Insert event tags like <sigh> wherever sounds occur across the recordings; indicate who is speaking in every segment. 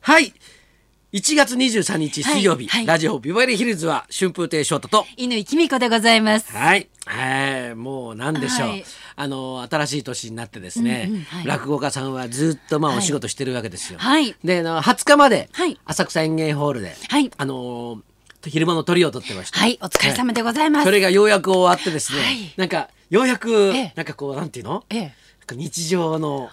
Speaker 1: はい1月23日水曜日、
Speaker 2: はいはい
Speaker 1: ラジオビバリーヒルズは春風亭昇太と
Speaker 2: 犬井美子でございます。
Speaker 1: はい、えー、もう何でしょう、
Speaker 2: はい
Speaker 1: あの新しい年になってですね、
Speaker 2: うんうんはい
Speaker 1: 落語家さんはずっとまあ
Speaker 2: はい
Speaker 1: お仕事してるわけですよ。
Speaker 2: はい
Speaker 1: であの20日まで
Speaker 2: はい
Speaker 1: 浅草園芸ホールで、
Speaker 2: はい
Speaker 1: あのー昼間の鳥を取ってました。
Speaker 2: はい、お疲れ様でございます。
Speaker 1: それがようやく終わってですね、
Speaker 2: はい
Speaker 1: なんかようやく
Speaker 2: ええ
Speaker 1: なんかこうなんていうの、
Speaker 2: ええ
Speaker 1: なんか日常の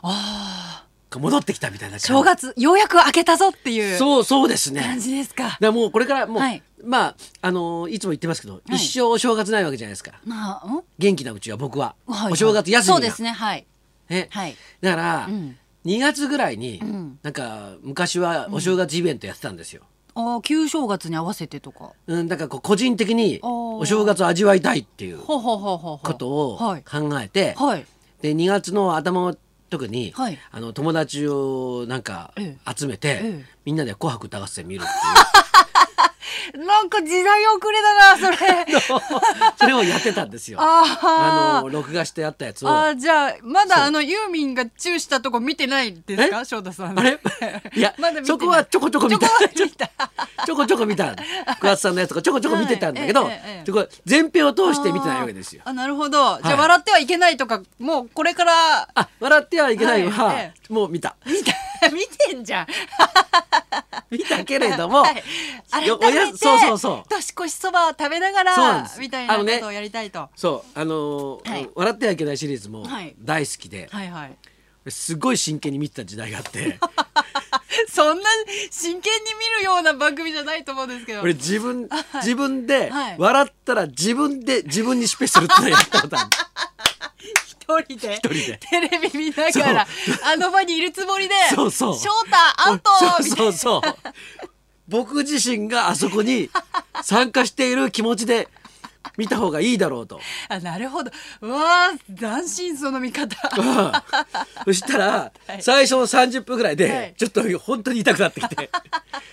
Speaker 1: 戻ってきたみたいな感じ
Speaker 2: 正月ようやく明けたぞっていう
Speaker 1: そうそうですね。
Speaker 2: 感じです
Speaker 1: だか
Speaker 2: か。
Speaker 1: らもうこれからもう、
Speaker 2: はい
Speaker 1: まああのーいつも言ってますけど、
Speaker 2: い
Speaker 1: 一生お正月ないわけじゃないですか
Speaker 2: まあ、ん
Speaker 1: 元気なうちは僕は、
Speaker 2: はい
Speaker 1: お正月休みが
Speaker 2: そうですね、はい。
Speaker 1: ね
Speaker 2: はい
Speaker 1: だから、
Speaker 2: うん
Speaker 1: 2月ぐらいに、
Speaker 2: ん
Speaker 1: なんか昔はお正月イベントやってたんですよ、
Speaker 2: ああ、旧正月に合わせてとか。
Speaker 1: うん、だからこう個人的に
Speaker 2: おー
Speaker 1: お正月を味わいたいっていう
Speaker 2: ほうほうほうほうほう。
Speaker 1: ことを考
Speaker 2: はい。
Speaker 1: えて、
Speaker 2: はい。
Speaker 1: で2月の頭特に、
Speaker 2: はい
Speaker 1: あの友達をなんか
Speaker 2: え
Speaker 1: 集めて、
Speaker 2: ええ
Speaker 1: みんなで「紅白歌合戦」見るっていう
Speaker 2: なんか時代遅れだ <laughs> な、それ。
Speaker 1: それをやってたんですよ。あ
Speaker 2: あ
Speaker 1: の
Speaker 2: ー
Speaker 1: 録画してあったやつを
Speaker 2: あー、じゃあ、ま
Speaker 1: そう
Speaker 2: だあのユーミンがチューしたとこ見てないですか、翔太さん。
Speaker 1: あれ <laughs> いや
Speaker 2: まだ見てない
Speaker 1: そこはちょこちょこ見た
Speaker 2: ちょこは見た。
Speaker 1: <laughs> ちょこちょこ見た桑田さんのやつとかちょこちょこ見てたんだけど、
Speaker 2: はいええええ
Speaker 1: でこれ全編を通して見てないわけですよ。
Speaker 2: あーあなるほど。じゃ
Speaker 1: は
Speaker 2: あ
Speaker 1: い
Speaker 2: 笑ってはいけないとか、もうこれから
Speaker 1: あ笑ってはいけないは、
Speaker 2: はいえ
Speaker 1: もう見た
Speaker 2: 見た <laughs> 見てんじゃん。
Speaker 1: <laughs> 見たけれども、
Speaker 2: はい、改
Speaker 1: よおや
Speaker 2: めて
Speaker 1: そうそうそう
Speaker 2: 年越しそば食べなが
Speaker 1: そうなんで
Speaker 2: ら
Speaker 1: す
Speaker 2: みたいなこ
Speaker 1: あ
Speaker 2: と
Speaker 1: の
Speaker 2: を
Speaker 1: ね
Speaker 2: やりたいと。
Speaker 1: そうあのー
Speaker 2: はい
Speaker 1: 笑ってはいけない」シリーズも
Speaker 2: はい
Speaker 1: 大好きで、
Speaker 2: はいはい。
Speaker 1: すごい真剣に見てた時代があって
Speaker 2: <laughs> そんな真剣に見るような番組じゃないと思うんですけど。
Speaker 1: 俺自分、
Speaker 2: はい
Speaker 1: 自分で
Speaker 2: はい
Speaker 1: 笑ったら自分で自分に失敗するってのやったことある
Speaker 2: 一人で
Speaker 1: 一人で
Speaker 2: テレビ見ながらあの場にいるつもりで「
Speaker 1: そうそう
Speaker 2: 翔太アウト!」
Speaker 1: そう
Speaker 2: みたい
Speaker 1: そうそう僕自身があそこに参加している気持ちで見た方がいいだろうと、
Speaker 2: なあなるほどうわあ斬新その見方
Speaker 1: うんそしたら、
Speaker 2: はい
Speaker 1: 最初の30分ぐらいで、
Speaker 2: はい
Speaker 1: ちょっと本当に痛くなってき
Speaker 2: <laughs>
Speaker 1: て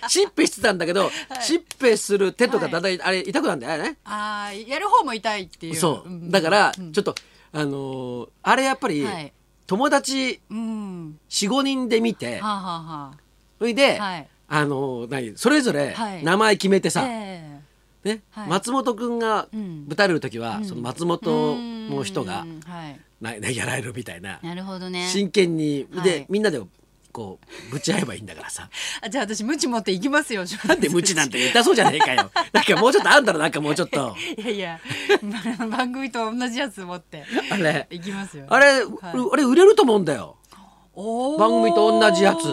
Speaker 1: しっぺしてたんだけど、しっぺする手とかだんだんあれ痛くなるんだよね、
Speaker 2: <laughs> あーやる方も痛いっていう
Speaker 1: そうだ
Speaker 2: だ
Speaker 1: からちょっと、あのーあれやっぱり、
Speaker 2: はい
Speaker 1: 友達
Speaker 2: うん
Speaker 1: 45人で見て
Speaker 2: はあ、はあは
Speaker 1: それで、
Speaker 2: はい
Speaker 1: あの何それぞれ
Speaker 2: はい
Speaker 1: 名前決めて
Speaker 2: あ
Speaker 1: さ、
Speaker 2: え
Speaker 1: ね
Speaker 2: はい
Speaker 1: 松本くんが
Speaker 2: うん
Speaker 1: 舞台る時は、その松本
Speaker 2: うん
Speaker 1: の人が
Speaker 2: はい
Speaker 1: ななやられるみたいな
Speaker 2: なるほどね
Speaker 1: 真剣にで、
Speaker 2: はい
Speaker 1: みんなでこうぶち合えばいいんだから
Speaker 2: <laughs>
Speaker 1: さ
Speaker 2: あじゃあ私ムチ持って行きますよな
Speaker 1: <laughs> なんで無知なんて痛そうじゃねえか
Speaker 2: <laughs>
Speaker 1: よなんかもうちょっとあんだろなんかもうちょっと
Speaker 2: いやいや、 <laughs> まあ番組と同じやつ持って
Speaker 1: あれ
Speaker 2: 行きますよ
Speaker 1: あれ、うあれ売れると思うんだよ番
Speaker 2: 番
Speaker 1: 組と同じやつい
Speaker 2: い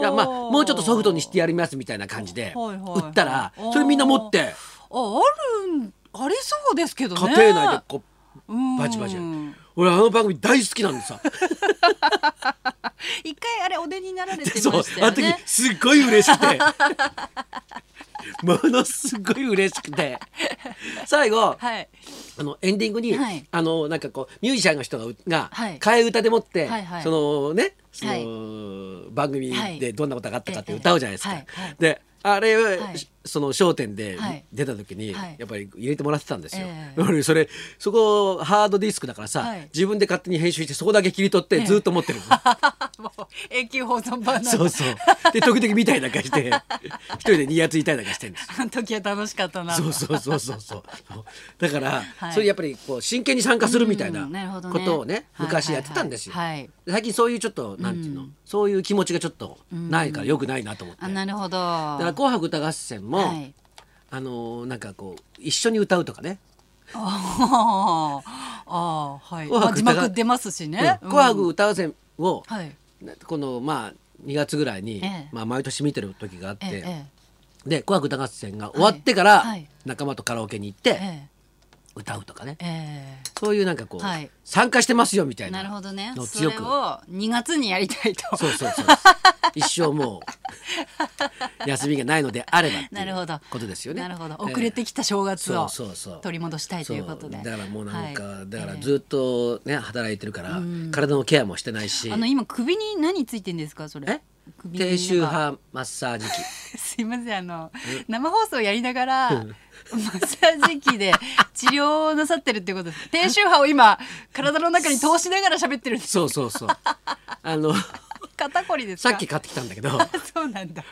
Speaker 1: やまあもうちょっとソフトにして
Speaker 2: や
Speaker 1: やりますみたいな感じで
Speaker 2: はいはい
Speaker 1: 売ったらそれみんな持って
Speaker 2: ああるんありそうですけどね
Speaker 1: 家庭内でこ
Speaker 2: うん
Speaker 1: うバチバチやる俺あの番組大好きなんでさ
Speaker 2: 一回あれお出になられてま
Speaker 1: そう
Speaker 2: した
Speaker 1: あ
Speaker 2: よ
Speaker 1: の時
Speaker 2: ね
Speaker 1: すっごい嬉しくてものすごい嬉しくて最後
Speaker 2: はい <laughs>
Speaker 1: あのエンディングに、
Speaker 2: はい
Speaker 1: あのなんかこうミュージシャンの人がうが
Speaker 2: はい
Speaker 1: 替え歌でもって、
Speaker 2: はいはい
Speaker 1: そのねその、
Speaker 2: はい
Speaker 1: 番組
Speaker 2: はい
Speaker 1: でどんなことがあったかって
Speaker 2: ええ
Speaker 1: 歌うじゃないですか。
Speaker 2: はいはい
Speaker 1: であれ、
Speaker 2: い
Speaker 1: その『笑点』で
Speaker 2: はい
Speaker 1: 出た時に、
Speaker 2: はい
Speaker 1: やっぱり入れてもらってたんですよ。
Speaker 2: ええ
Speaker 1: 俺それそこハードディスクだからさ、
Speaker 2: はい
Speaker 1: 自分で勝手に編集してそこだけ切り取ってずっと持ってるの。
Speaker 2: もう永久保存版な
Speaker 1: そ
Speaker 2: ん
Speaker 1: う
Speaker 2: だ
Speaker 1: そう。で時々見たりなんかして一人でニヤついたりなんかしてるんですよ。
Speaker 2: あの時は楽しかったな
Speaker 1: そうそうそうそうそう。だから、
Speaker 2: はい
Speaker 1: それやっぱりこう真剣に参加するみたいな
Speaker 2: うんなるほどね
Speaker 1: ことをね
Speaker 2: はい
Speaker 1: 昔やってたんですよ。
Speaker 2: はいはい
Speaker 1: 最近そういうちょっとなんていうの、そういう気持ちがちょっとないから良くないなと思って。
Speaker 2: あ
Speaker 1: だ
Speaker 2: なるほど
Speaker 1: から紅白歌合戦も、
Speaker 2: はい
Speaker 1: あのーなんかこう一緒に歌うとかね。
Speaker 2: <laughs> ああ、ああ、はい。
Speaker 1: 紅
Speaker 2: ま
Speaker 1: 白
Speaker 2: あ字
Speaker 1: 歌が
Speaker 2: 幕出ますし
Speaker 1: うん
Speaker 2: ね。うん
Speaker 1: 紅白歌合戦を、
Speaker 2: はい。
Speaker 1: このまあ2月ぐらいに、
Speaker 2: ええ
Speaker 1: まあ毎年見てる時があって、
Speaker 2: ええ、
Speaker 1: で紅白歌合戦が終わってから、
Speaker 2: はいはい
Speaker 1: 仲間とカラオケに行って。
Speaker 2: ええ、
Speaker 1: 歌うとかね
Speaker 2: ええ。
Speaker 1: そういうなんかこう、
Speaker 2: はい
Speaker 1: 参加してますよみたいな
Speaker 2: なるほどね。
Speaker 1: のを
Speaker 2: そ
Speaker 1: 強
Speaker 2: れ
Speaker 1: く
Speaker 2: を2月にやりたい
Speaker 1: <laughs>
Speaker 2: と。
Speaker 1: そうそう
Speaker 2: <laughs>
Speaker 1: そう一生もう休みがないのであればって
Speaker 2: <laughs> なる
Speaker 1: い
Speaker 2: ほ
Speaker 1: う
Speaker 2: ど
Speaker 1: ことですよね
Speaker 2: なるほど。遅れてきた正月を
Speaker 1: そうそうそう
Speaker 2: 取り戻したいということで。
Speaker 1: そうだからもうなんか、
Speaker 2: はい
Speaker 1: だから
Speaker 2: え
Speaker 1: ずっとね働いてるから、体のケアもしてないし
Speaker 2: えあの今首に何ついてんですかそれ
Speaker 1: え。
Speaker 2: 首になんか
Speaker 1: 低周。波マッサージ機
Speaker 2: <laughs> すいませんあの生放送やりな
Speaker 1: <laughs>
Speaker 2: がら。マッサージ機で治療をなさってるってこと
Speaker 1: <laughs>
Speaker 2: です。低周波を今体の中に通しながら喋ってるんです。 <laughs>
Speaker 1: そうそうそうあの
Speaker 2: 肩こりですか
Speaker 1: さっき買ってきたんだけど
Speaker 2: あ <laughs> そうなんだ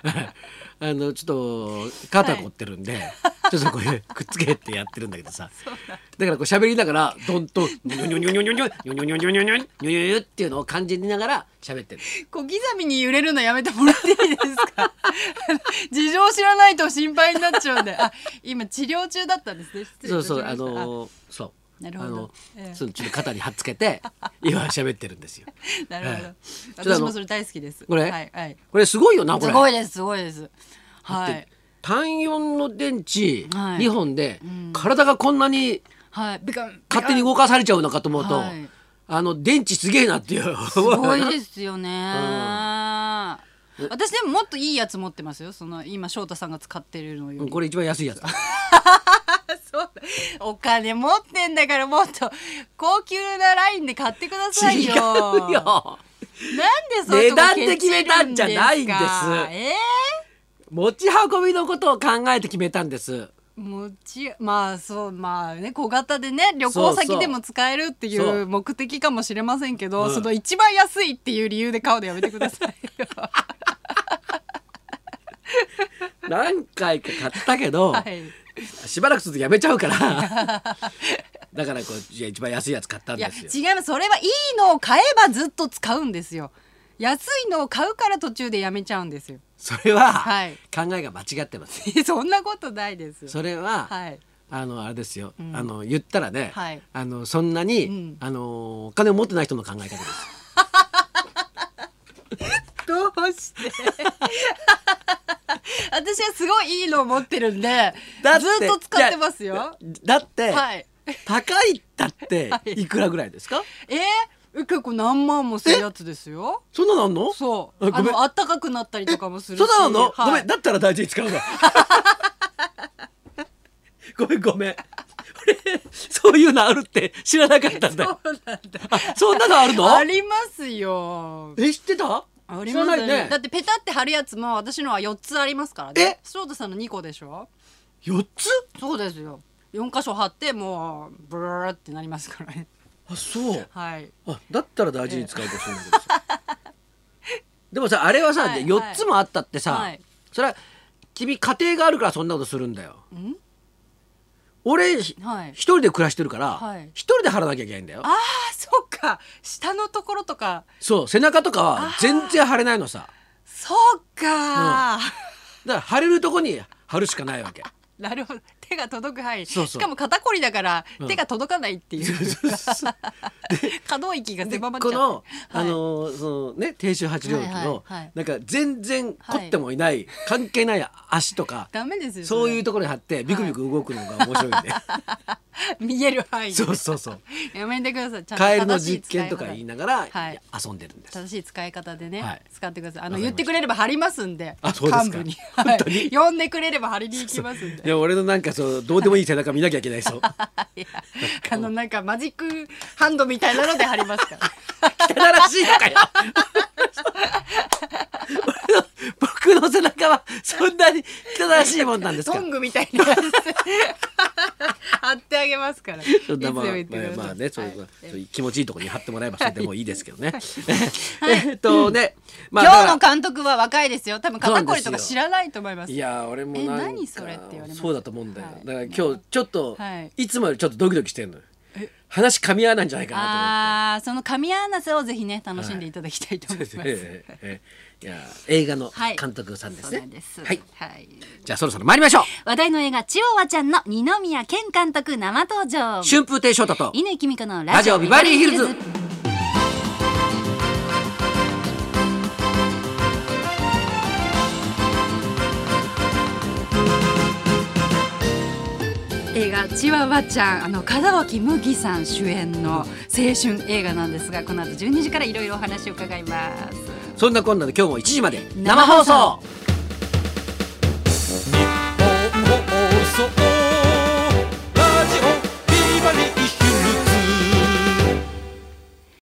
Speaker 1: あのちょっと肩凝ってるんで、ちょっとこれくっつけってやってるんだけどさ
Speaker 2: そうなんだ
Speaker 1: だからこう喋りながらどんとニョニョニョニョニョニョニョニョニョニョニョニョニョニョニョニョっていうのを感じながら喋ってる
Speaker 2: 小刻みに揺れるのやめてもらっていいですか <laughs> 事情知らないと心配になっちゃうんであ今治療中だったんですね失礼い
Speaker 1: そ
Speaker 2: た
Speaker 1: うそ
Speaker 2: しま
Speaker 1: う
Speaker 2: した
Speaker 1: あのーそう
Speaker 2: なる
Speaker 1: あ
Speaker 2: ほど
Speaker 1: の、
Speaker 2: ええ
Speaker 1: そのちょっと肩にはっつけて今喋ってるんですよ
Speaker 2: なるほど、
Speaker 1: はいちょっとあ
Speaker 2: 私
Speaker 1: の
Speaker 2: もそれ大好きです
Speaker 1: これ
Speaker 2: はいはい
Speaker 1: これすごいよなこ
Speaker 2: す
Speaker 1: れ
Speaker 2: ごいですすごいですはい
Speaker 1: 単四の電池
Speaker 2: はい
Speaker 1: 二本で体がこんなに
Speaker 2: はいビカン
Speaker 1: 勝手に動かされちゃうのかと思うと、
Speaker 2: はい
Speaker 1: あの電池すげえなっていうす
Speaker 2: すごいですよね、私でももっといいやつ持ってますよその今翔太さんが使ってるのより
Speaker 1: これ一番安いやつ
Speaker 2: そうお金持ってんだからもっと高級なラインで買ってくださいよ
Speaker 1: 違うよ
Speaker 2: なんでそういう
Speaker 1: 値
Speaker 2: とこ
Speaker 1: 段で決めたんじゃないんです
Speaker 2: ケチるかえ
Speaker 1: 持ち運びのことを考えて決めたんです
Speaker 2: ー、持ちまあそうまあね小型でね旅行
Speaker 1: そうそ
Speaker 2: 先
Speaker 1: う
Speaker 2: でも使えるってい
Speaker 1: そう
Speaker 2: う目的かもしれませんけどそ
Speaker 1: うん
Speaker 2: の一番安いっていう理由で買うのやめてくださいよ
Speaker 1: 何回か買ったけど、
Speaker 2: はい
Speaker 1: しばらくするとやめちゃうから
Speaker 2: <laughs>
Speaker 1: だからこういや一番安いやつ買ったん
Speaker 2: いや
Speaker 1: ですよ
Speaker 2: 違いますそれはいいのを買えばずっと使うんですよ安いのを買うから途中でやめちゃうんですよ
Speaker 1: それは、
Speaker 2: はい <laughs>
Speaker 1: 考えが間違ってます
Speaker 2: そんなことないですよ
Speaker 1: それは、
Speaker 2: はい
Speaker 1: あのあれですよ、
Speaker 2: ん
Speaker 1: あの言ったらね、
Speaker 2: はい
Speaker 1: あのそんなに、
Speaker 2: うん
Speaker 1: あのお金を持ってない人の考え方です
Speaker 2: どうして <laughs> 私はすごいいいのを持ってるんで
Speaker 1: だ
Speaker 2: ずっと使ってますよ。
Speaker 1: いやだって、
Speaker 2: はい
Speaker 1: 高いだっていくらぐらいですか？
Speaker 2: えー、結構何万もするやつですよ
Speaker 1: そんなのあんの？
Speaker 2: そう
Speaker 1: あ
Speaker 2: あ
Speaker 1: ごめん
Speaker 2: のあったかくなったりとかもするし
Speaker 1: そうなの、
Speaker 2: はい
Speaker 1: ごめんだったら大事に使うわ <laughs> ごめんごめん俺そういうのあるって知らなかったんだよ
Speaker 2: そうなんだ
Speaker 1: あそんなのあるの
Speaker 2: ありますよ
Speaker 1: え知ってた
Speaker 2: あり
Speaker 1: 知
Speaker 2: ま
Speaker 1: らな
Speaker 2: すよ
Speaker 1: い
Speaker 2: ね
Speaker 1: ね
Speaker 2: だってペタって貼るやつも私のは4つありますからね
Speaker 1: え
Speaker 2: 翔太さんの2個でしょ
Speaker 1: 四つ
Speaker 2: そうですよ4箇所貼ってもうブルルルってなりますから
Speaker 1: <laughs>
Speaker 2: ね
Speaker 1: あそう
Speaker 2: はい
Speaker 1: あだったら大事に使うかもしれない
Speaker 2: <laughs>
Speaker 1: けどさでもさあれはさ
Speaker 2: はい
Speaker 1: 四つもあったってさ、
Speaker 2: はい
Speaker 1: それは君家庭があるからそんなことするんだよ
Speaker 2: ん
Speaker 1: 俺ひ
Speaker 2: はい
Speaker 1: 一人で暮らしてるから
Speaker 2: はい
Speaker 1: 一人で貼らなきゃいけないんだよ
Speaker 2: ああそっか下のところとか
Speaker 1: そう背中とかは全然貼れないのさ
Speaker 2: そっかー、
Speaker 1: だから貼れるとこに貼るしかない
Speaker 2: <laughs>
Speaker 1: わけ
Speaker 2: なるほど手が届く範囲
Speaker 1: そうそう
Speaker 2: しかも肩こりだから
Speaker 1: ん
Speaker 2: 手が届かないっていう、可動域が
Speaker 1: で
Speaker 2: 狭
Speaker 1: こ
Speaker 2: まっちゃう
Speaker 1: の、あ
Speaker 2: はい
Speaker 1: のーそのね低周波治療器の、
Speaker 2: はいはいはい
Speaker 1: なんか全然凝ってもいない、関係ない足とか
Speaker 2: ダメですよ
Speaker 1: そういうと
Speaker 2: と
Speaker 1: ころに貼ってビクビク動くのが面白いんで、
Speaker 2: 見える範
Speaker 1: <laughs>
Speaker 2: 囲
Speaker 1: そうそうそう
Speaker 2: やめてくださいちゃんと
Speaker 1: カエルの
Speaker 2: 正しい
Speaker 1: 実
Speaker 2: 使い
Speaker 1: 験
Speaker 2: 方
Speaker 1: とか言いながら、
Speaker 2: はい
Speaker 1: いや遊んでるんです
Speaker 2: 正しい使い方でね、
Speaker 1: はい
Speaker 2: 使ってくださいあ
Speaker 1: わか
Speaker 2: の
Speaker 1: りま
Speaker 2: 言
Speaker 1: し
Speaker 2: ったてくれれば貼りますんで
Speaker 1: あそうですか <laughs>
Speaker 2: 幹部に、
Speaker 1: 本当に
Speaker 2: はい呼んでくれれば貼りに行きますんで
Speaker 1: いや俺のなんかそうどうでもいい背中見なきゃいけない
Speaker 2: <laughs>
Speaker 1: そう
Speaker 2: いやあのなんかマジックハンドみたいなので貼りま
Speaker 1: <laughs>
Speaker 2: すから
Speaker 1: 汚らしいのかよ <laughs> 俺の僕の背中はそんなに汚らしいもんなんです
Speaker 2: ト
Speaker 1: か
Speaker 2: ングみたいなやつ <laughs> 貼ってあげますからいつ
Speaker 1: そ
Speaker 2: で
Speaker 1: んな
Speaker 2: も
Speaker 1: まあ
Speaker 2: 言ってください、
Speaker 1: まあまあね、そう
Speaker 2: は
Speaker 1: いう
Speaker 2: い
Speaker 1: そういう気持ちいいところに貼ってもらえばそれでもいいですけどね。 <laughs> えっとね、まあだから
Speaker 2: 今日の監督は若いですよ多分肩こりとか知らないと思います
Speaker 1: いや俺も
Speaker 2: え
Speaker 1: なんか
Speaker 2: 何それって言われます
Speaker 1: そうだと思うんだよ。
Speaker 2: はい
Speaker 1: だから今日ちょっと、
Speaker 2: はい
Speaker 1: い、つもよりちょっとドキドキしてるのよ。話噛み合わないんじゃないかな
Speaker 2: あーその噛み合わせをぜひね楽しんでいただきたいと
Speaker 1: と
Speaker 2: 思い
Speaker 1: 思
Speaker 2: ま
Speaker 1: っ
Speaker 2: す、
Speaker 1: て。 <laughs> ええええいや映画の
Speaker 2: はい
Speaker 1: 監督さんで
Speaker 2: そ
Speaker 1: す
Speaker 2: う
Speaker 1: ね。
Speaker 2: なんです
Speaker 1: はい。
Speaker 2: はい、
Speaker 1: じゃあそろそろ参りましょう。
Speaker 2: 話題の映画チワワちゃんの二宮健監督生登場
Speaker 1: 春風亭昇太と
Speaker 2: 犬木美子の
Speaker 1: ラ
Speaker 2: ラ
Speaker 1: ジ
Speaker 2: ジ
Speaker 1: オ
Speaker 2: オ
Speaker 1: ビ
Speaker 2: ビ
Speaker 1: バ
Speaker 2: バ
Speaker 1: リ
Speaker 2: リ
Speaker 1: ーヒ
Speaker 2: ーヒ
Speaker 1: ル
Speaker 2: ル
Speaker 1: ズ
Speaker 2: ズ。映画チワワちゃんあの門脇麦さん主演の青春映画なんですがこの後12時からいろいろお話を伺います
Speaker 1: そんなこんなで今日も1時まで生放送